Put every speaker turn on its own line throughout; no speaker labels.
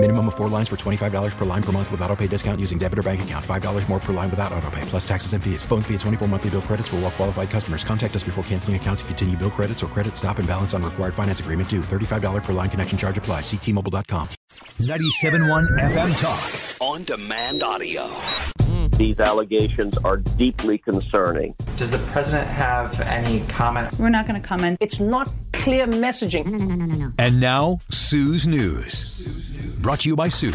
Minimum of four lines for $25 per line per month with auto pay discount using debit or bank account. $5 more per line without auto pay, plus taxes and fees. Phone fee at 24 monthly bill credits for all well qualified customers. Contact us before canceling account to continue bill credits or credit stop and balance on required finance agreement due. $35 per line connection charge apply. Ctmobile.com.
97.1 FM Talk.
On demand audio.
These allegations are deeply concerning.
Does the president have any comment?
We're not going to comment.
It's not clear messaging.
And now, Sue's News. Brought to you by Sue.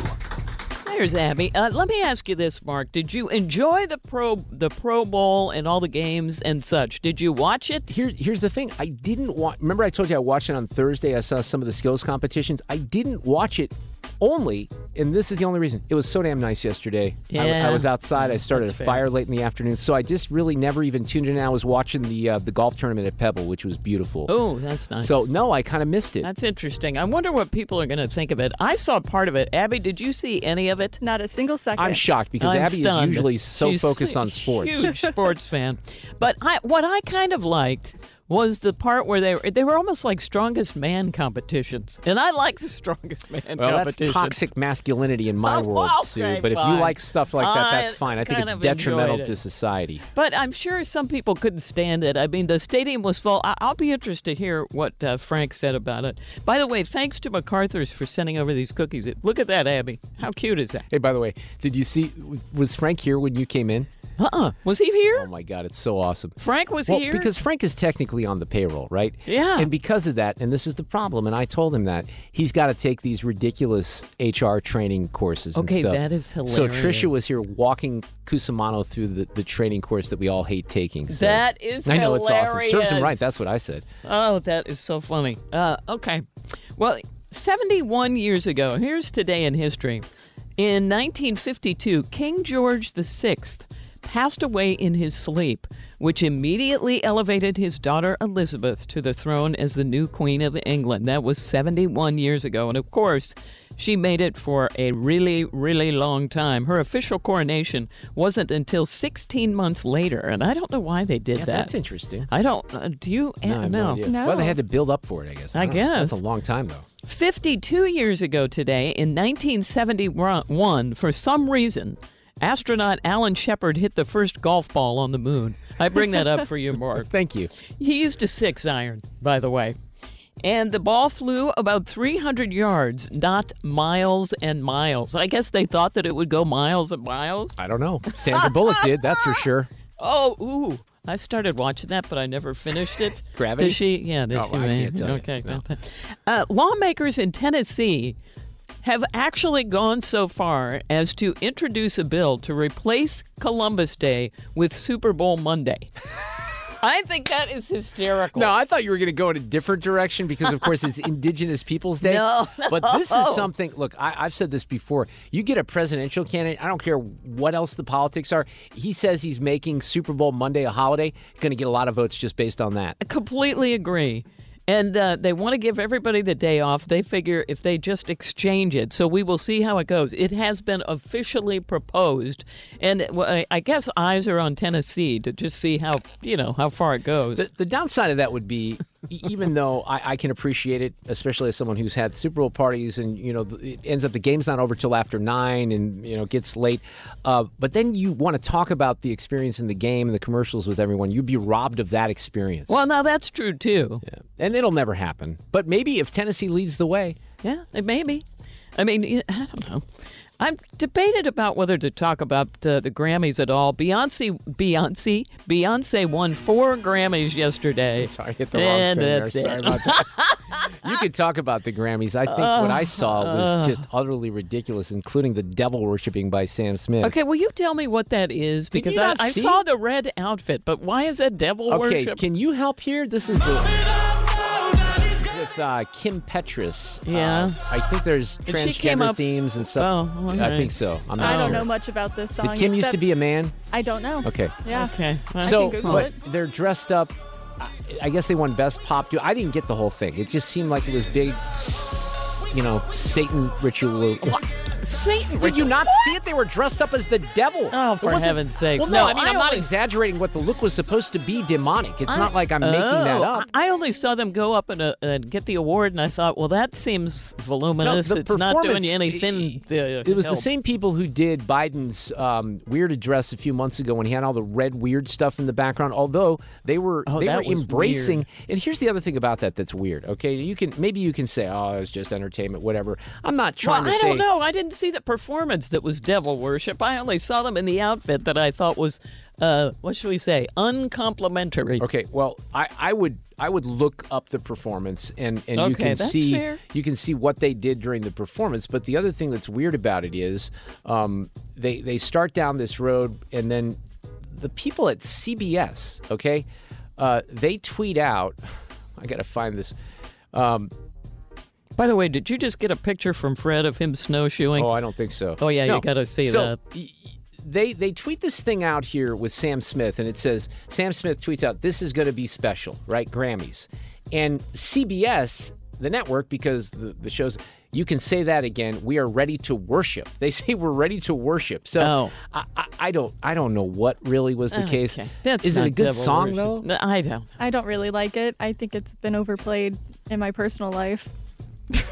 There's Abby. Uh, let me ask you this, Mark. Did you enjoy the pro the Pro Bowl and all the games and such? Did you watch it?
Here, here's the thing. I didn't watch. Remember, I told you I watched it on Thursday. I saw some of the skills competitions. I didn't watch it only, and this is the only reason. It was so damn nice yesterday. I- I,
Yeah.
was outside. I started a
That's fair.
fire late in the afternoon, so I just really never even tuned in. I was watching the uh, the golf tournament at Pebble, which was beautiful.
Oh, that's nice.
So no, I kind of missed it.
that's interesting. I wonder what people are going to think of it. I saw part of it. Abby, did you see any of it?
Not a single 2nd
I'm shocked because
I'm
Abby
stunned.
is usually so
She's
focused
a
on sports.
Huge sports fan. But I, what I kind of liked was the part where they were, they were almost like strongest man competitions, and I like the strongest man
Well, that's
competitions.
toxic masculinity in my
Oh,
world,
okay,
Sue. But if you
fine.
like stuff like that,
I
that's fine. I think
kind
it's
of
detrimental
enjoyed it.
to society.
But I'm sure some people couldn't stand it. I mean, the stadium was full. I- I'll be interested to hear what uh, Frank said about it. By the way, thanks to MacArthur's for sending over these cookies. Look at that, Abby. How cute is that?
Hey, by the way, did you see? Was Frank here when you came in?
Uh-uh. Was he here?
Oh my God, it's so awesome.
Frank was
well,
here?
because Frank is technically on the payroll, right?
Yeah.
And because of that, and this is the problem, and I told him that he's got to take these ridiculous HR training courses.
Okay,
and stuff.
that is
So Trisha
hilarious.
was here walking Kusumano through the, the training course that we all hate taking. So.
That is
I know it's awesome. Serves him
hilarious.
right. That's what I said.
Oh, that is so funny. Uh, okay. Well, 71 years ago, here's today in history. In 1952, King George VI passed away in his sleep, which immediately elevated his daughter Elizabeth to the throne as the new Queen of England. That was 71 years ago. And of course, she made it for a really, really long time. Her official coronation wasn't until 16 months later. And I don't know why they did
Yeah,
that.
that's interesting.
I don't. Uh, do you?
No, I have no idea.
No.
Well, they had to build up for it, I guess.
I
don't know.
guess.
That's a long time, though.
52 years ago today, in 1971, for some reason, astronaut Alan Shepard hit the first golf ball on the moon. I bring that up for you, Mark.
Thank you.
He used a six iron, by the way. And the ball flew about 300 yards, not miles and miles. I guess they thought that it would go miles and miles.
I don't know. Sandra Bullock did, that's for sure.
Oh, ooh. I started watching that, but I never finished it.
Gravity?
Does she? Yeah, does
Oh,
she?
I can't tell you.
okay.
No.
don't- Uh, lawmakers in Tennessee have actually gone so far as to introduce a bill to replace Columbus Day with Super Bowl Monday. I think that is hysterical.
No, I thought you were going to go in a different direction because, of course, it's Indigenous Peoples Day.
No.
But this is something, look, I, I've said this before. You get a presidential candidate, I don't care what else the politics are. He says he's making Super Bowl Monday a holiday, going to get a lot of votes just based on that.
completely agree. And uh, they want to give everybody the day off. They figure if they just exchange it. So we will see how it goes. It has been officially proposed, and well, I- I guess eyes are on Tennessee to just see how you know how far it goes.
The, the downside of that would be, e- even though I, I can appreciate it, especially as someone who's had Super Bowl parties, and you know, th- it ends up the game's not over till after nine, and you know, gets late. Uh, but then you want to talk about the experience in the game and the commercials with everyone. You'd be robbed of that experience.
well, now that's true too.
Yeah. and it'll never happen. But maybe if Tennessee leads the way,
Yeah, it may be. I mean, y- I don't know. I'm debated about whether to talk about uh, the Grammys at all. Beyonce, Beyonce, Beyonce won four Grammys yesterday.
sorry, hit the
and
wrong thing.
that's
there. Sorry
it.
about that. you could talk about the Grammys. I think what
Uh,
I saw was just utterly ridiculous, including the devil worshipping by Sam Smith.
Okay, will you tell me what that is? Because
you
I,
not
I
see?
saw the red outfit, but why is that devil
Okay,
worship?
can you help here? This is the. It's uh, Kim Petras. Uh,
Yeah.
I think there's
And she came
transgender
up-
themes and stuff.
Oh, all
I
right.
think so. I'm not
I don't
sure.
know much about this song.
Did Kim used to
except-
be a man?
I don't know.
Okay.
Yeah.
Okay. I
so,
can Google
but
it.
they're dressed up. I, I guess they won Best Pop. Dude, I didn't get the whole thing. It just seemed like it was big. s- you know, Satan ritual.
Satan,
Did you not see it? They were dressed up as the devil.
Oh,
It
for
wasn't-
heaven's sakes.
Well, no,
No,
I mean,
I
I am not
only-
exaggerating what the look was supposed to be demonic. It's not like I'm
oh,
making that up.
I I only saw them go up and, uh, and get the award, and I thought, well, that seems voluminous.
the
it's not doing
performance-
you anything. to, uh,
It was the
help.
same people who did Biden's um, weird address a few months ago when he had all the red weird stuff in the background. Although they were
Oh,
they
that
were
was
embracing.
weird.
And here's the other thing about that that's weird. Okay, you can maybe you can say, oh, it's just entertainment, whatever. I'm not trying
Well,
to
I
say.
don't know. I didn't see the performance that was devil worship. I only saw them in the outfit that I thought was, uh, what should we say, uncomplimentary.
Okay, well, I, I would I would look up the performance and and you
Okay,
can
that's
see
fair.
you can see what they did during the performance. But the other thing that's weird about it is um, they they start down this road and then the people at CBS, okay, uh, they tweet out. I gotta find this. Um,
By the way, did you just get a picture from Fred of him snowshoeing?
oh, I don't think so.
Oh, yeah, you gotta see
so,
that.
y- y- They they tweet this thing out here with Sam Smith, and it says Sam Smith tweets out, "This is going to be special, right? Grammys." And CBS, the network, because the, the shows, you can say that again. We are ready to worship. They say we're ready to worship. So
Oh.
I, I, I don't I don't know what really was the case.
Okay. That's
is it
not
a good
devil
song
worship.
though?
No, I don't.
I don't really like it. I think it's been overplayed in my personal life.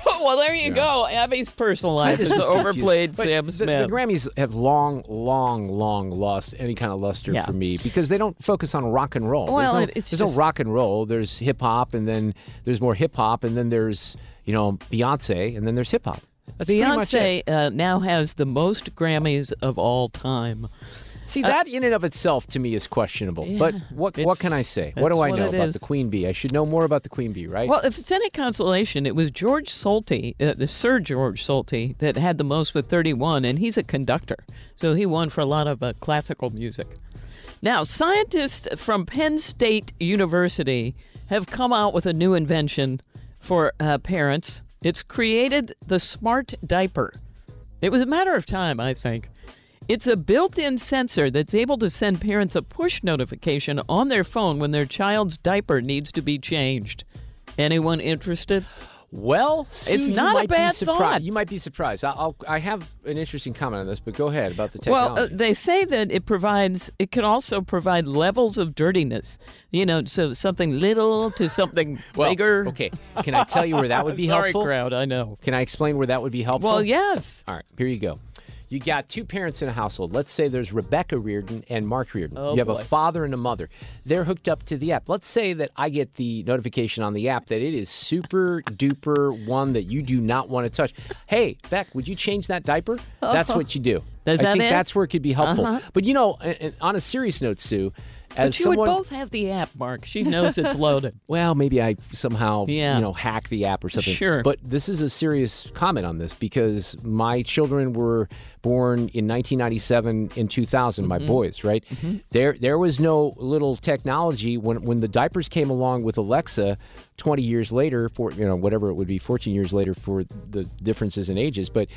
Oh, well, there you go. Abby's personal life
This
is
is confusing.
overplayed
But
Sam
the-
Smith.
The, Grammys have long, long, long lost any kind of luster
Yeah.
for me because they don't focus on rock and roll.
Well,
there's no,
it- it's
there's
just-
no rock and roll. There's hip hop, and then there's more hip hop, and then there's you know Beyonce, and then there's hip hop. That's pretty much it.
Beyonce uh, now has the most Grammys of all time.
See, that in and of itself to me is questionable. but what what can I
it's-
say? What
that's
do I
what
know
it
about
is.
the queen bee? I should know more about the queen bee, right?
Well, if it's any consolation, it was George Solti, uh, the Sir George Solti, that had the most with 31, and he's a conductor. So he won for a lot of uh, classical music. Now, scientists from Penn State University have come out with a new invention for uh, parents. It's created the smart diaper. It was a matter of time, I think. It's a built in sensor that's able to send parents a push notification on their phone when their child's diaper needs to be changed. Anyone interested?
Well, Sue, you
not a
might be
bad
surprised.
thought.
You might be surprised. I- I'll, I have an interesting comment on this, but go ahead about the technology.
Well, uh, they say that it provides, it can also provide levels of dirtiness. You know, so something little to something bigger.
Okay, can I tell you where that would be
Sorry,
helpful?
crowd, I know.
Can I explain where that would be helpful?
Well, yes.
All right, here you go. You got two parents in a household. Let's say there's Rebecca Reardon and Mark Reardon.
Oh,
you have
boy.
a father and a mother. They're hooked up to the app. Let's say that I get the notification on the app that it is super duper one that you do not want to touch. Hey, Beck, would you change that diaper? That's what you do.
Does
I
that
think
it? Uh-huh.
that's where it could be helpful. But you know, a- a- on a serious note, Sue, as
But you
someone
would both have the app, Mark. She knows it's loaded.
well, maybe I somehow
Yeah.
you know hack the app or something.
Sure.
But this is a serious comment on this because my children were born in 1997 and 2000.
Mm-hmm.
My boys, right? There, there was no little technology when when the diapers came along with Alexa. 20 years later, for you know whatever it would be, 14 years later for the differences in ages. But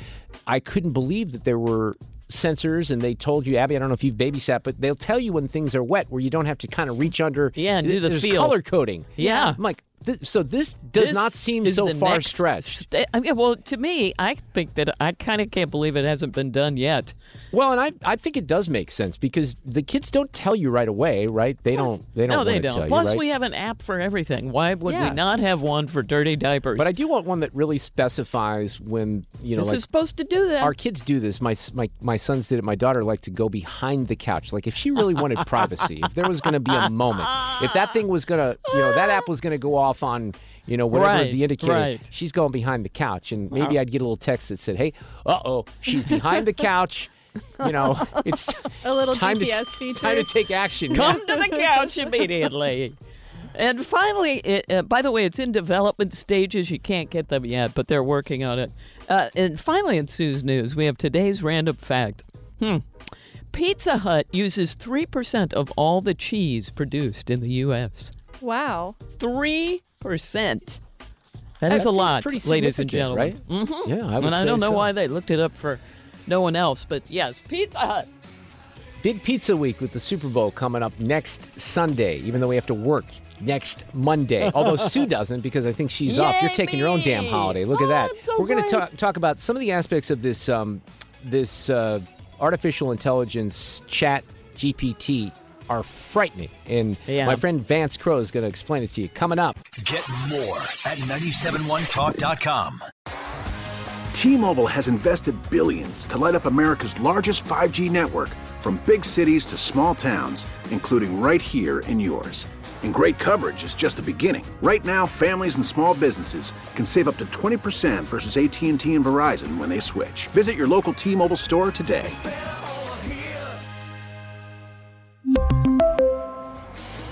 I couldn't believe that there were sensors and they told you abby i don't know if you've babysat but they'll tell you when things are wet where you don't have to kind of reach under
Yeah, and do the
There's
feel.
color coding.
Yeah.
I'm like, th- so this does
This
not seem
is
so
the
far
next
stretched.
sta- I mean, well, to me, I think that I kind of can't believe it hasn't been done yet.
Well, and I, I think it does make sense because the kids don't tell you right away, right? They don't. They don't.
no, they
wanna
don't.
Tell
Plus,
you, right?
we have an app for everything. Why would
Yeah.
we not have one for dirty diapers?
But I do want one that really specifies when you know,
this
like
is supposed to do that.
our kids do this. My s- my my sons did it. My daughter liked to go behind the couch. Like if she really wanted privacy, if there was going to be a moment, if that thing was going to, you know, that app was going to go off on, you know, whatever
Right,
the indicator,
right.
she's going behind the couch, and maybe I'd get a little text that said, "Hey, uh oh, she's behind the couch." You know, it's
A little
it's time
GPS
to, it's Time to
feature.
take action. yeah.
Come to the couch immediately. And finally, it, uh, by the way, it's in development stages. You can't get them yet, but they're working on it. Uh, and finally, in Sue's news, we have today's random fact. Hmm. Pizza Hut uses 3% of all the cheese produced in the U.S.
Wow.
3%. That is a
seems
lot,
pretty
ladies and
significant,
gentlemen.
Right? Mm-hmm. Yeah, I would
And I
say
don't know
so.
why they looked it up for no one else, but yes, Pizza Hut.
Big Pizza Week with the Super Bowl coming up next Sunday, even though we have to work next Monday. Although Sue doesn't because I think she's off. You're taking your own damn holiday. Look at that. We're going to talk talk about some of the aspects of this um, this uh, artificial intelligence chat GPT are frightening, and
Yeah.
my friend Vance Crow is going to explain it to you coming up.
Get more at 971talk.com.
T-Mobile has invested billions to light up America's largest 5G network from big cities to small towns, including right here in yours. And great coverage is just the beginning. Right now, families and small businesses can save up to 20% versus AT&T and Verizon when they switch. Visit your local T-Mobile store today.